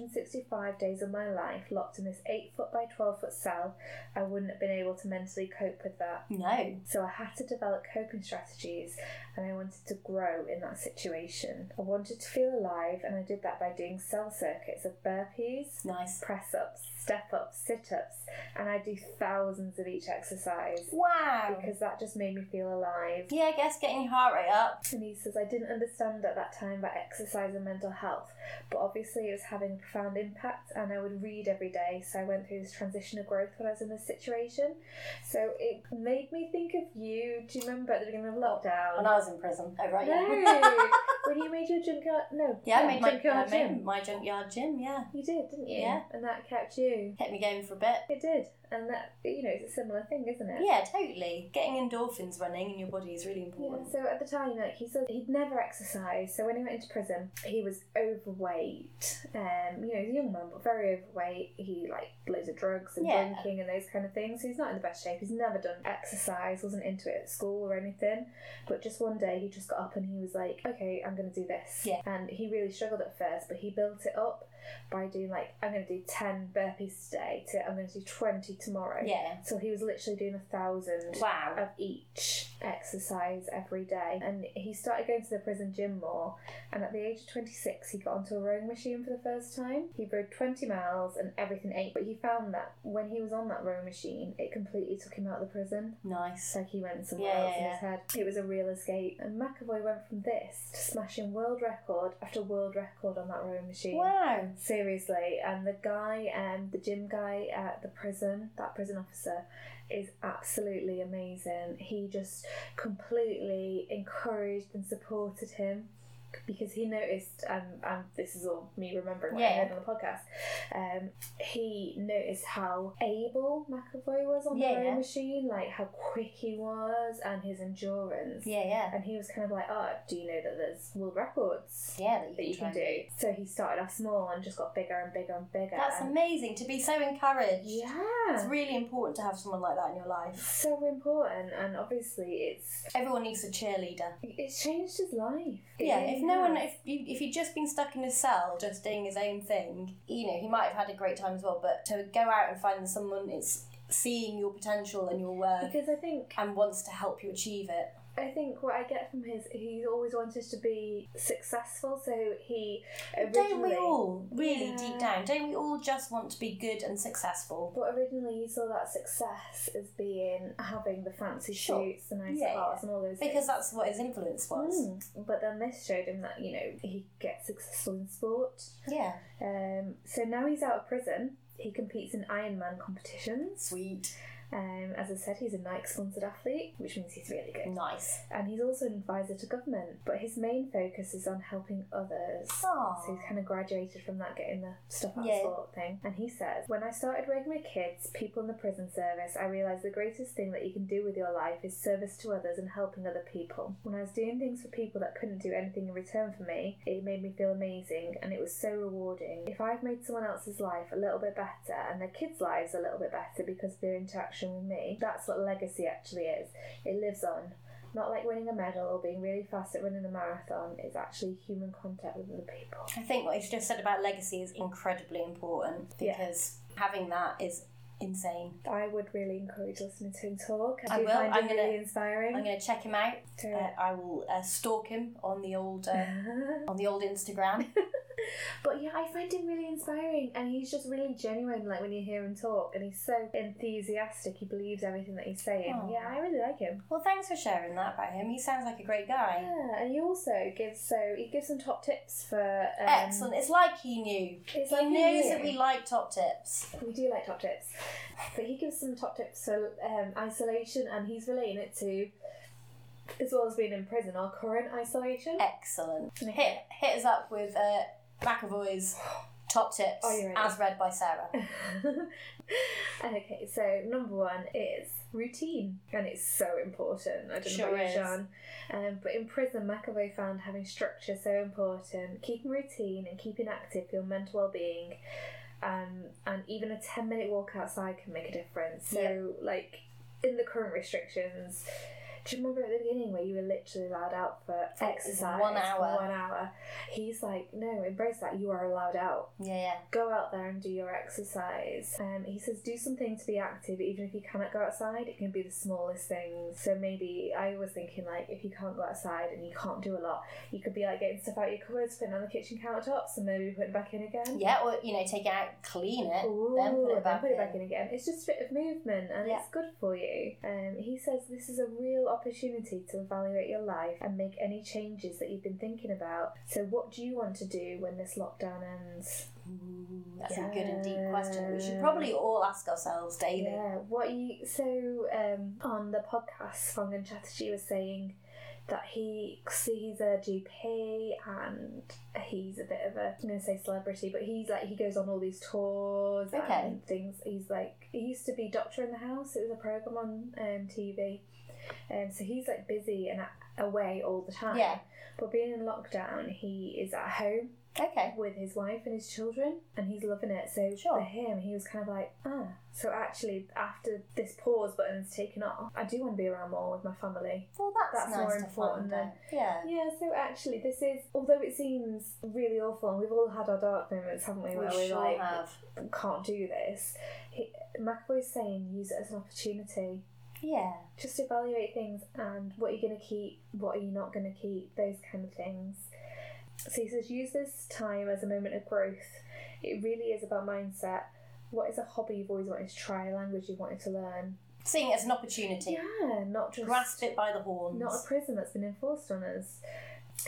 [SPEAKER 3] 365 days of my life locked in this 8 foot by 12 foot cell, I wouldn't have been able to mentally cope with that.
[SPEAKER 1] No.
[SPEAKER 3] So I had to develop coping strategies and I wanted to grow in that situation. I wanted to feel alive and I did that by doing cell circuits of burpees,
[SPEAKER 1] Nice.
[SPEAKER 3] press ups, step ups, sit ups, and I do thousands of each exercise
[SPEAKER 1] Wow.
[SPEAKER 3] because that just made me feel alive.
[SPEAKER 1] Yeah, I guess getting your heart rate up.
[SPEAKER 3] And he says, I didn't understand at that time about exercise and mental health, but obviously it was having a profound impact. And I would read every day, so I went through this transition of growth when I was in this situation. So it made me think of you. Do you remember at the beginning of
[SPEAKER 1] When
[SPEAKER 3] lockdown?
[SPEAKER 1] I was in prison. Oh, right, yeah.
[SPEAKER 3] No, when you made your junkyard, no,
[SPEAKER 1] <laughs>
[SPEAKER 3] um,
[SPEAKER 1] yeah, I made my,
[SPEAKER 3] junkyard
[SPEAKER 1] I
[SPEAKER 3] gym.
[SPEAKER 1] made my junkyard gym, yeah.
[SPEAKER 3] You did, didn't you?
[SPEAKER 1] Yeah.
[SPEAKER 3] And that kept you.
[SPEAKER 1] Kept me going for a bit.
[SPEAKER 3] It did, and that you know it's a similar thing, isn't it?
[SPEAKER 1] Yeah, totally. Getting endorphins running in your body is really
[SPEAKER 3] Yeah,
[SPEAKER 1] important.
[SPEAKER 3] so at the time, like he said, he'd never exercised. So when he went into prison, he was overweight. Um, you know, he's a young man, but very overweight. He like loads of drugs and
[SPEAKER 1] Yeah.
[SPEAKER 3] drinking and those kind of things. So he's not in the best shape. He's never done exercise. wasn't into it at school or anything. But just one day, he just got up and he was like, "Okay, I'm gonna do this."
[SPEAKER 1] Yeah.
[SPEAKER 3] and he really struggled at first, but he built it up by doing like I'm going to do ten burpees today to I'm going to do twenty tomorrow.
[SPEAKER 1] Yeah.
[SPEAKER 3] So he was literally doing a thousand
[SPEAKER 1] Wow.
[SPEAKER 3] of each exercise every day, and he started going to the prison gym more. And at the age of 26, he got onto a rowing machine for the first time. He rowed 20 miles and everything ate, but he found that when he was on that rowing machine, it completely took him out of the prison. It's
[SPEAKER 1] Nice.
[SPEAKER 3] like he went somewhere
[SPEAKER 1] Yeah,
[SPEAKER 3] else
[SPEAKER 1] yeah,
[SPEAKER 3] in his head. It was a real escape. And McAvoy went from this to smashing world record after world record on that rowing machine.
[SPEAKER 1] Wow.
[SPEAKER 3] Seriously, and the guy, um, the gym guy at the prison, that prison officer, is absolutely amazing. He just completely encouraged and supported him because he noticed, um, and this is all me remembering what I
[SPEAKER 1] Yeah.
[SPEAKER 3] heard on the podcast. Um, he noticed how able McAvoy was on
[SPEAKER 1] Yeah,
[SPEAKER 3] the
[SPEAKER 1] yeah.
[SPEAKER 3] rowing machine, like how quick he was and his endurance.
[SPEAKER 1] Yeah, yeah.
[SPEAKER 3] And he was kind of like, "Oh, do you know that there's world records?"
[SPEAKER 1] Yeah, that
[SPEAKER 3] that
[SPEAKER 1] you
[SPEAKER 3] you
[SPEAKER 1] can try.
[SPEAKER 3] can do. So he started off small and just got bigger and bigger and bigger.
[SPEAKER 1] That's
[SPEAKER 3] and
[SPEAKER 1] amazing to be so encouraged. It's
[SPEAKER 3] Yeah.
[SPEAKER 1] really important to have someone like that in your life.
[SPEAKER 3] So important, and obviously it's
[SPEAKER 1] Everyone needs a cheerleader.
[SPEAKER 3] it's changed his life. It
[SPEAKER 1] yeah,
[SPEAKER 3] really
[SPEAKER 1] if no one,
[SPEAKER 3] has.
[SPEAKER 1] if you, if he'd just been stuck in his cell, just doing his own thing, you know, he might have had a great time as well. But to go out and find someone, it's seeing your potential and your worth
[SPEAKER 3] because I think
[SPEAKER 1] and wants to help you achieve it.
[SPEAKER 3] I think what I get from his he's always wanted to be successful. So he originally
[SPEAKER 1] Don't we all, really
[SPEAKER 3] Yeah.
[SPEAKER 1] deep down, don't we all just want to be good and successful?
[SPEAKER 3] But originally, he saw that success as being having the fancy
[SPEAKER 1] Sure.
[SPEAKER 3] suits, the nice
[SPEAKER 1] Yeah,
[SPEAKER 3] cars,
[SPEAKER 1] yeah.
[SPEAKER 3] and all those.
[SPEAKER 1] Because
[SPEAKER 3] things.
[SPEAKER 1] that's what his influence was.
[SPEAKER 3] Mm. But then this showed him that you know he gets successful in sport.
[SPEAKER 1] Yeah.
[SPEAKER 3] Um, so now he's out of prison. He competes in Ironman competitions.
[SPEAKER 1] Sweet.
[SPEAKER 3] Um, as I said, he's a Nike sponsored athlete, which means he's really good.
[SPEAKER 1] Nice.
[SPEAKER 3] And he's also an advisor to government, but his main focus is on helping others.
[SPEAKER 1] Aw.
[SPEAKER 3] So he's kind of graduated from that getting the stuff out
[SPEAKER 1] Yeah.
[SPEAKER 3] of sport thing. And he says, When I started working with kids, people in the prison service, I realised the greatest thing that you can do with your life is service to others and helping other people. When I was doing things for people that couldn't do anything in return for me, it made me feel amazing and it was so rewarding. If I've made someone else's life a little bit better and their kids' lives a little bit better because of their interaction with me, that's what legacy actually is. It lives on. Not like winning a medal or being really fast at running a marathon, it's actually human contact with other people.
[SPEAKER 1] I think what he's just said about legacy is incredibly important
[SPEAKER 3] Yeah.
[SPEAKER 1] because having that is insane.
[SPEAKER 3] I would really encourage listening to him talk.
[SPEAKER 1] I
[SPEAKER 3] I do
[SPEAKER 1] will.
[SPEAKER 3] find
[SPEAKER 1] I'm
[SPEAKER 3] him
[SPEAKER 1] gonna-
[SPEAKER 3] really inspiring.
[SPEAKER 1] I'm going to check him out.
[SPEAKER 3] Do
[SPEAKER 1] Uh, I will uh, stalk him on the
[SPEAKER 3] <laughs>
[SPEAKER 1] old uh, on the old Instagram.
[SPEAKER 3] but yeah, I find him really inspiring, and he's just really genuine. Like when you hear him talk, and he's so enthusiastic. He believes everything that he's saying.
[SPEAKER 1] Aw.
[SPEAKER 3] Yeah, I really like him.
[SPEAKER 1] Well, thanks for sharing that about him. He sounds like a great guy.
[SPEAKER 3] Yeah, and he also gives so he gives some top tips for um,
[SPEAKER 1] Excellent. It's like he knew.
[SPEAKER 3] It's
[SPEAKER 1] he
[SPEAKER 3] like he
[SPEAKER 1] knows
[SPEAKER 3] knew.
[SPEAKER 1] that we like top tips.
[SPEAKER 3] We do like top tips, but he gives some top tips for um, isolation, and he's relating it to, as well as being in prison, our current isolation.
[SPEAKER 1] Excellent. Hit hit us up with uh, McAvoy's top tips
[SPEAKER 3] Oh, you're right.
[SPEAKER 1] as read by Sarah.
[SPEAKER 3] <laughs> okay, so number one is routine, and it's so important. I don't
[SPEAKER 1] Sure
[SPEAKER 3] know about
[SPEAKER 1] is.
[SPEAKER 3] you, Sean, um, but in prison, McAvoy found having structure so important. Keeping routine and keeping active for your mental well-being, um, and even a ten-minute walk outside can make a difference. So, like in the current restrictions. Do you remember at the beginning where you were literally allowed out for
[SPEAKER 1] For
[SPEAKER 3] exercise
[SPEAKER 1] one
[SPEAKER 3] for
[SPEAKER 1] hour.
[SPEAKER 3] One hour. He's like, no, embrace that. You are allowed out
[SPEAKER 1] Yeah, yeah.
[SPEAKER 3] go out there and do your exercise. Um, he says do something to be active, even if you cannot go outside. It can be the smallest things. So maybe I was thinking like if you can't go outside and you can't do a lot, you could be like getting stuff out your cupboards, putting it on the kitchen countertops, and maybe putting it back in again.
[SPEAKER 1] Yeah, or you know, take it out, clean it, then put it
[SPEAKER 3] and
[SPEAKER 1] back, in.
[SPEAKER 3] again. It's just a bit of movement and
[SPEAKER 1] Yeah.
[SPEAKER 3] it's good for you. Um, he says this is a real opportunity to evaluate your life and make any changes that you've been thinking about. So, what do you want to do when this lockdown ends?
[SPEAKER 1] Ooh, that's a good and deep question that we should probably all ask ourselves daily.
[SPEAKER 3] Yeah, what you so um, on the podcast, Frangan Chatterjee was saying that he sees a GP and he's a bit of a I'm gonna say celebrity, but he's like he goes on all these tours
[SPEAKER 1] Okay.
[SPEAKER 3] and things. He's like he used to be Doctor in the House. It was a program on um, TV. Um, so he's like busy and a- away all the time.
[SPEAKER 1] Yeah.
[SPEAKER 3] But being in lockdown, he is at home
[SPEAKER 1] Okay.
[SPEAKER 3] with his wife and his children, and he's loving it. So
[SPEAKER 1] Sure.
[SPEAKER 3] for him, he was kind of like, ah. So actually, after this pause button's taken off, I do want to be around more with my family.
[SPEAKER 1] Well, that's,
[SPEAKER 3] That's
[SPEAKER 1] nice
[SPEAKER 3] more
[SPEAKER 1] to
[SPEAKER 3] important
[SPEAKER 1] find
[SPEAKER 3] than-
[SPEAKER 1] out. Yeah.
[SPEAKER 3] Yeah, so actually, this is although it seems really awful, and we've all had our dark moments, haven't we?
[SPEAKER 1] We
[SPEAKER 3] Where
[SPEAKER 1] sure
[SPEAKER 3] like
[SPEAKER 1] have.
[SPEAKER 3] can't do this. He, McAvoy's saying use it as an opportunity.
[SPEAKER 1] Yeah.
[SPEAKER 3] Just evaluate things and what you're going to keep, what are you not going to keep, those kind of things. So he says use this time as a moment of growth. It really is about mindset. What is a hobby you've always wanted to try, a language you've wanted to learn?
[SPEAKER 1] Seeing it as an opportunity.
[SPEAKER 3] Yeah, not just
[SPEAKER 1] Grasp it by the horns.
[SPEAKER 3] not a prison that's been enforced on us.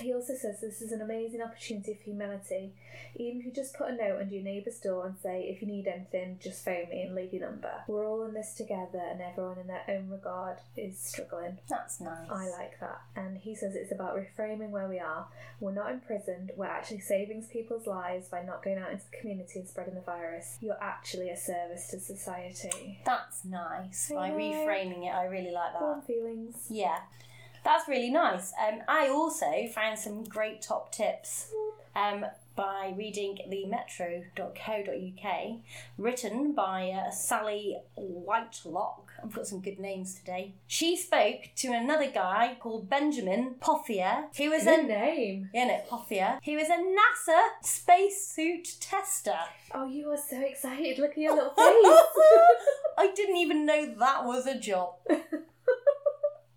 [SPEAKER 3] He also says this is an amazing opportunity for humanity. Even if you just put a note under your neighbour's door and say, if you need anything, just phone me and leave your number. We're all in this together and everyone in their own regard is struggling.
[SPEAKER 1] That's nice.
[SPEAKER 3] I like that. And he says it's about reframing where we are. We're not imprisoned, we're actually saving people's lives by not going out into the community and spreading the virus. You're actually a service to society.
[SPEAKER 1] That's nice.
[SPEAKER 3] I
[SPEAKER 1] By
[SPEAKER 3] know.
[SPEAKER 1] reframing it, I really like that.
[SPEAKER 3] Warm feelings.
[SPEAKER 1] Yeah, that's really nice. Um, I also found some great top tips um, by reading the metro.co.uk, written by uh, Sally Whitelock. I've got some good names today. She spoke to another guy called Benjamin Pothier, who was
[SPEAKER 3] Good
[SPEAKER 1] a
[SPEAKER 3] name.
[SPEAKER 1] in it, Pothier. He was a NASA spacesuit tester.
[SPEAKER 3] Oh, you are so excited. Look at your
[SPEAKER 1] <laughs>
[SPEAKER 3] little face.
[SPEAKER 1] I didn't even know that was
[SPEAKER 3] <laughs>
[SPEAKER 1] a job.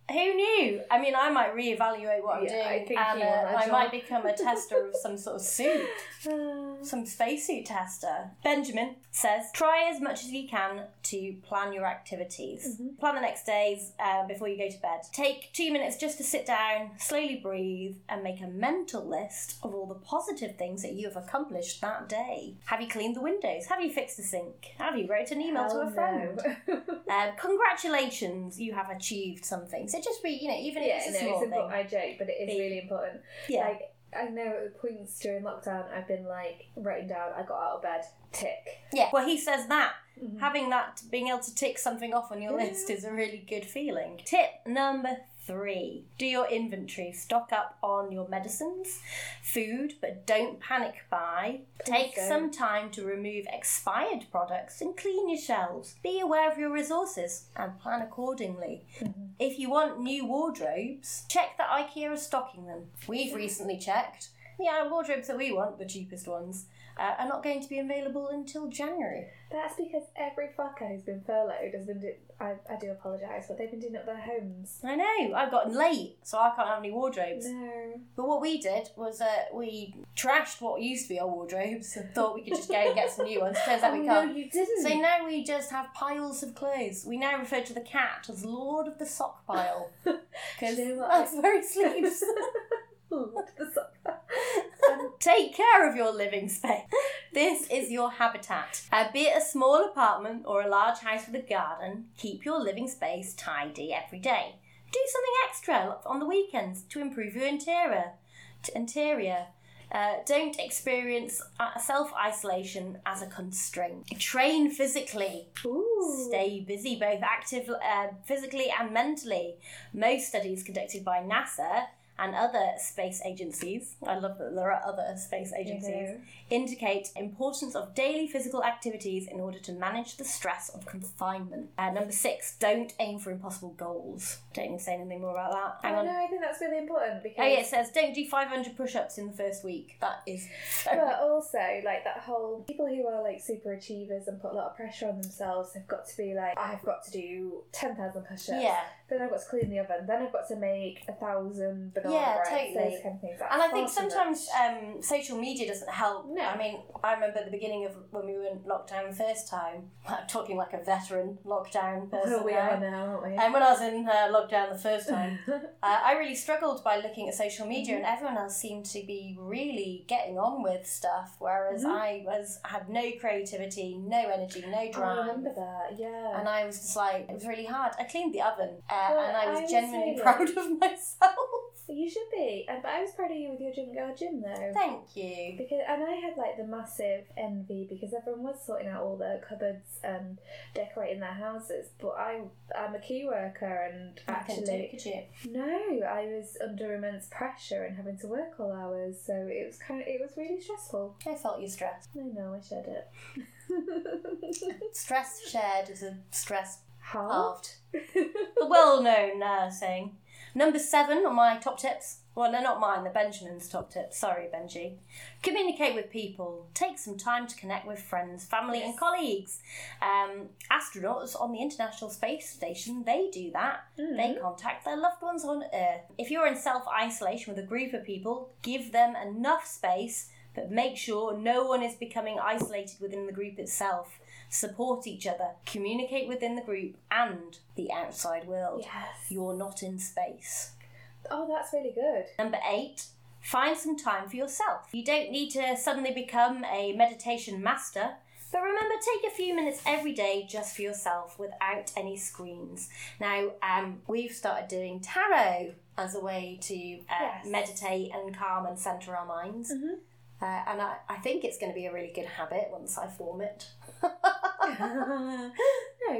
[SPEAKER 1] Who knew? I mean, I might reevaluate what I'm
[SPEAKER 3] Yeah,
[SPEAKER 1] doing,
[SPEAKER 3] I think
[SPEAKER 1] and
[SPEAKER 3] you want
[SPEAKER 1] uh,
[SPEAKER 3] that
[SPEAKER 1] I
[SPEAKER 3] job.
[SPEAKER 1] might become a tester of some sort of suit,
[SPEAKER 3] Uh,
[SPEAKER 1] some spacesuit tester. Benjamin says, try as much as you can to plan your activities.
[SPEAKER 3] Mm-hmm.
[SPEAKER 1] Plan the next days uh, before you go to bed. Take two minutes just to sit down, slowly breathe, and make a mental list of all the positive things that you have accomplished that day. Have you cleaned the windows? Have you fixed the sink? Have you wrote an email
[SPEAKER 3] hell
[SPEAKER 1] to
[SPEAKER 3] <laughs>
[SPEAKER 1] a friend?
[SPEAKER 3] no.
[SPEAKER 1] Um, congratulations, you have achieved something. So just be, you know, even if
[SPEAKER 3] yeah,
[SPEAKER 1] it's a
[SPEAKER 3] no,
[SPEAKER 1] small
[SPEAKER 3] it's important.
[SPEAKER 1] thing.
[SPEAKER 3] I joke, but it is
[SPEAKER 1] Big.
[SPEAKER 3] really important.
[SPEAKER 1] Yeah.
[SPEAKER 3] Like, I know at points during lockdown, I've been like writing down, I got out of bed, tick.
[SPEAKER 1] yeah. Well, he says that. Having that, being able to tick something off on your
[SPEAKER 3] Mm-hmm. Yeah.
[SPEAKER 1] list is a really good feeling. Tip number three do your inventory. Stock up on your medicines, food, but don't panic buy. Take
[SPEAKER 3] don't.
[SPEAKER 1] some time to remove expired products and clean your shelves. Be aware of your resources and plan accordingly. If you want new wardrobes, check that IKEA is stocking them. We've recently checked. Yeah, wardrobes that we want, the cheapest ones, uh, are not going to be available until January.
[SPEAKER 3] That's because every fucker who's been furloughed has been. Do- I, I do apologise, but they've been doing up their homes.
[SPEAKER 1] I know, I've gotten late, so I can't have any wardrobes.
[SPEAKER 3] No.
[SPEAKER 1] But what we did was uh, we trashed what used to be our wardrobes and thought we could just go and get some new ones. Turns out
[SPEAKER 3] oh,
[SPEAKER 1] we
[SPEAKER 3] no,
[SPEAKER 1] can't.
[SPEAKER 3] you didn't.
[SPEAKER 1] So now we just have piles of clothes. We now refer to the cat as Lord of the Sock Pile.
[SPEAKER 3] <laughs>
[SPEAKER 1] Because
[SPEAKER 3] Do <laughs> you know what?
[SPEAKER 1] that's where he sleeps.
[SPEAKER 3] Lord, the supper.
[SPEAKER 1] Um, Take care of your living space. <laughs> This is your habitat. Uh, be it a small apartment or a large house with a garden, keep your living space tidy every day. Do something extra on the weekends to improve your interior. T- interior. Uh, don't experience self isolation as a constraint. Train physically.
[SPEAKER 3] Ooh.
[SPEAKER 1] Stay busy, both active uh, physically and mentally. Most studies conducted by NASA and other space agencies, I love that there are other space agencies,
[SPEAKER 3] Mhm.
[SPEAKER 1] indicate importance of daily physical activities in order to manage the stress of confinement. Uh, number six, don't aim for impossible goals. Don't even say anything more about that. Hang
[SPEAKER 3] Oh,
[SPEAKER 1] on.
[SPEAKER 3] no, I think that's really important because.
[SPEAKER 1] Oh yeah, it says don't do 500 push-ups in the first week. That is so
[SPEAKER 3] But also, like that whole people who are like super achievers and put a lot of pressure on themselves have got to be like, I've got to do 10,000 push ups.
[SPEAKER 1] Yeah.
[SPEAKER 3] Then I've got to clean the oven. Then I've got to make a thousand banana
[SPEAKER 1] Yeah,
[SPEAKER 3] breads.
[SPEAKER 1] totally.
[SPEAKER 3] Those kind of things. That's
[SPEAKER 1] And I think
[SPEAKER 3] far too
[SPEAKER 1] sometimes
[SPEAKER 3] much.
[SPEAKER 1] um, social media doesn't help.
[SPEAKER 3] No.
[SPEAKER 1] I mean, I remember at the beginning of when we were in lockdown the first time, <laughs> I'm talking like a veteran lockdown person.
[SPEAKER 3] Well, we
[SPEAKER 1] now.
[SPEAKER 3] are now, aren't we?
[SPEAKER 1] And when I was in uh, lockdown the
[SPEAKER 3] <laughs>
[SPEAKER 1] first time, uh, I really struggled by looking at social media,
[SPEAKER 3] Mm-hmm.
[SPEAKER 1] and everyone else seemed to be really getting on with stuff, whereas I was had no creativity, no energy, no
[SPEAKER 3] Mm-hmm. Oh, I
[SPEAKER 1] drive.
[SPEAKER 3] remember that, yeah.
[SPEAKER 1] and I was just like, it was really hard. I cleaned the oven, uh,
[SPEAKER 3] Well,
[SPEAKER 1] and I
[SPEAKER 3] I
[SPEAKER 1] was
[SPEAKER 3] was
[SPEAKER 1] <laughs> genuinely
[SPEAKER 3] saying-
[SPEAKER 1] proud of myself.
[SPEAKER 3] You should be. And, but I was proud of you with your gym girl gym though.
[SPEAKER 1] Thank you.
[SPEAKER 3] Because and I had like the massive envy because everyone was sorting out all the cupboards and decorating their houses, but I I'm a key worker and
[SPEAKER 1] Actually,
[SPEAKER 3] actually
[SPEAKER 1] could you?
[SPEAKER 3] no, I was under immense pressure and having to work all hours, so it was kind of it was really stressful.
[SPEAKER 1] I felt your stress.
[SPEAKER 3] I know I shared
[SPEAKER 1] <laughs>
[SPEAKER 3] it.
[SPEAKER 1] Stress shared is a stress
[SPEAKER 3] Half.
[SPEAKER 1] halved. the well-known uh, saying. Number seven on my top tips. Well, no, not mine. The Benjamin's top tips. Sorry, Benji. Communicate with people. Take some time to connect with friends, family, and colleagues. Um, astronauts on the International Space Station they do that. They contact their loved ones on Earth. If you're in self isolation with a group of people, give them enough space, but make sure no one is becoming isolated within the group itself. Support each other, communicate within the group and the outside world.
[SPEAKER 3] Yes.
[SPEAKER 1] You're not in space.
[SPEAKER 3] Oh, that's really good. <laughs>
[SPEAKER 1] Number eight, find some time for yourself. You don't need to suddenly become a meditation master, but remember, take a few minutes every day just for yourself without any screens. Now, um, we've started doing tarot as a way to uh,
[SPEAKER 3] Yes.
[SPEAKER 1] meditate and calm and centre our minds. Uh, and I, I think it's going to be a really good habit once I form it.
[SPEAKER 3] no,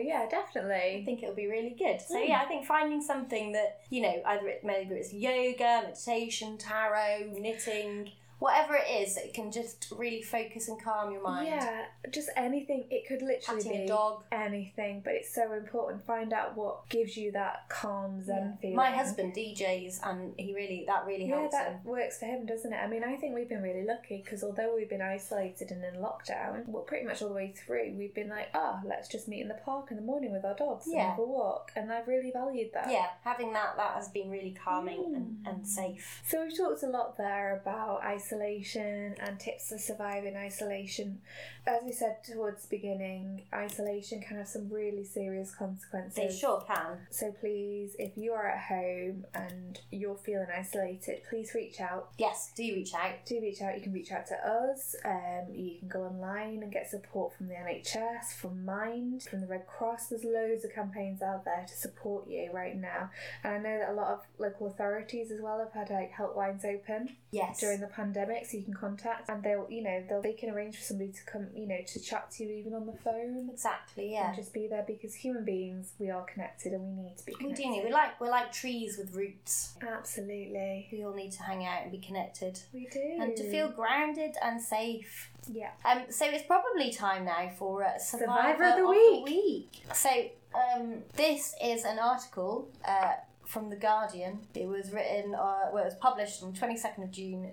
[SPEAKER 3] yeah,
[SPEAKER 1] I
[SPEAKER 3] definitely.
[SPEAKER 1] think it'll be really good. So
[SPEAKER 3] Hmm.
[SPEAKER 1] yeah, I think finding something that you know, either it, maybe it's yoga, meditation, tarot, knitting, whatever it is, that can just really focus and calm your mind.
[SPEAKER 3] Yeah, just anything. It could literally
[SPEAKER 1] Patting a
[SPEAKER 3] be
[SPEAKER 1] dog.
[SPEAKER 3] anything, but it's so important. Find out what gives you that calm zen feeling.
[SPEAKER 1] My husband DJs, and he really that really
[SPEAKER 3] Yeah,
[SPEAKER 1] helps him.
[SPEAKER 3] that works for him, doesn't it? I mean, I think we've been really lucky because although we've been isolated and in lockdown, well, pretty much all the way through, we've been like, ah, let's just meet in the park in the morning with our dogs
[SPEAKER 1] Yeah.
[SPEAKER 3] and have a walk. And I've really valued that. Hmm.
[SPEAKER 1] Yeah, having that that has been really calming and, and safe.
[SPEAKER 3] So we've talked a lot there about isolation and tips for surviving isolation. As we said towards the beginning, isolation can have some really serious
[SPEAKER 1] They
[SPEAKER 3] consequences.
[SPEAKER 1] sure can.
[SPEAKER 3] So please, if you are at home and you're feeling isolated, please reach out.
[SPEAKER 1] Yes, do reach out.
[SPEAKER 3] Do reach out. You can reach out to us. Um, you can go online and get support from the NHS, from Mind, from the Red Cross. There's loads of campaigns out there to support you right now. And I know that a lot of local authorities as well have had like helplines open
[SPEAKER 1] Yes.
[SPEAKER 3] during the pandemic so you can contact and they'll you know they'll they can arrange for somebody to come you know to chat to you even on the phone
[SPEAKER 1] exactly. Yeah.
[SPEAKER 3] and just be there because human beings we are connected and we need to be
[SPEAKER 1] We
[SPEAKER 3] connected
[SPEAKER 1] do need. We're like we're like trees with roots.
[SPEAKER 3] absolutely
[SPEAKER 1] We all need to hang out and be connected,
[SPEAKER 3] we do
[SPEAKER 1] and to feel grounded and safe.
[SPEAKER 3] yeah
[SPEAKER 1] Um, so it's probably time now for uh, Survivor,
[SPEAKER 3] Survivor of the
[SPEAKER 1] Of the week. So um, this is an article uh, from The Guardian. It was written, uh, well, it was published on 22nd of June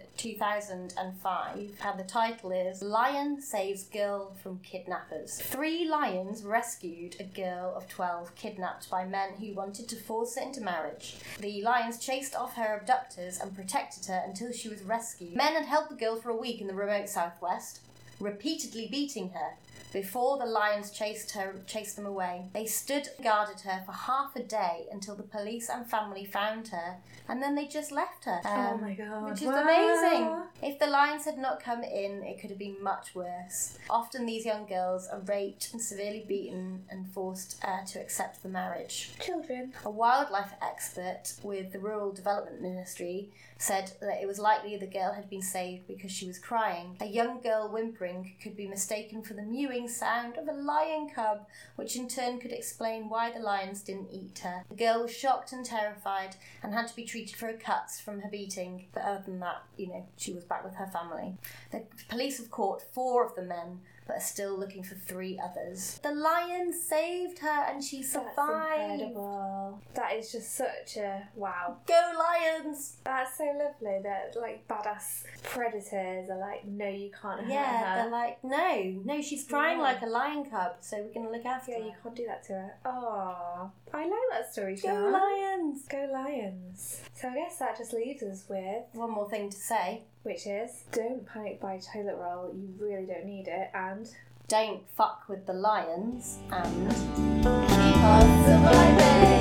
[SPEAKER 1] 2005. And the title is Lion Saves Girl from Kidnappers. Three lions rescued a girl of 12 kidnapped by men who wanted to force her into marriage. The lions chased off her abductors and protected her until she was rescued. Men had held the girl for a week in the remote southwest repeatedly beating her. Before the lions chased her, chased them away, they stood and guarded her for half a day until the police and family found her, and then they just left her. Um,
[SPEAKER 3] Oh my God.
[SPEAKER 1] Which is
[SPEAKER 3] Wow.
[SPEAKER 1] amazing. If the lions had not come in, it could have been much worse. Often these young girls are raped and severely beaten and forced uh, to accept the marriage.
[SPEAKER 3] children
[SPEAKER 1] A wildlife expert with the Rural Development Ministry said that it was likely the girl had been saved because she was crying. A young girl whimpering could be mistaken for the mewing sound of a lion cub, which in turn could explain why the lions didn't eat her. The girl was shocked and terrified and had to be treated for her cuts from her beating, but other than that, you know, she was back with her family. The police have caught four of the men. But are still looking for three others. The lion saved her and she survived.
[SPEAKER 3] that's incredible that is just such a wow
[SPEAKER 1] Go Lions!
[SPEAKER 3] that's so lovely that like badass predators are like no you can't hurt
[SPEAKER 1] Yeah,
[SPEAKER 3] her
[SPEAKER 1] they're like, no, no, she's crying
[SPEAKER 3] Yeah.
[SPEAKER 1] like a lion cub, so we're gonna look after
[SPEAKER 3] yeah
[SPEAKER 1] her.
[SPEAKER 3] you can't do that to her oh I like that story
[SPEAKER 1] Go
[SPEAKER 3] Sian.
[SPEAKER 1] Lions!
[SPEAKER 3] Go Lions. So I guess that just leaves us with,
[SPEAKER 1] One more thing to say
[SPEAKER 3] which is, don't panic by toilet roll. You really don't need it. And
[SPEAKER 1] don't fuck with the lions and keep on surviving!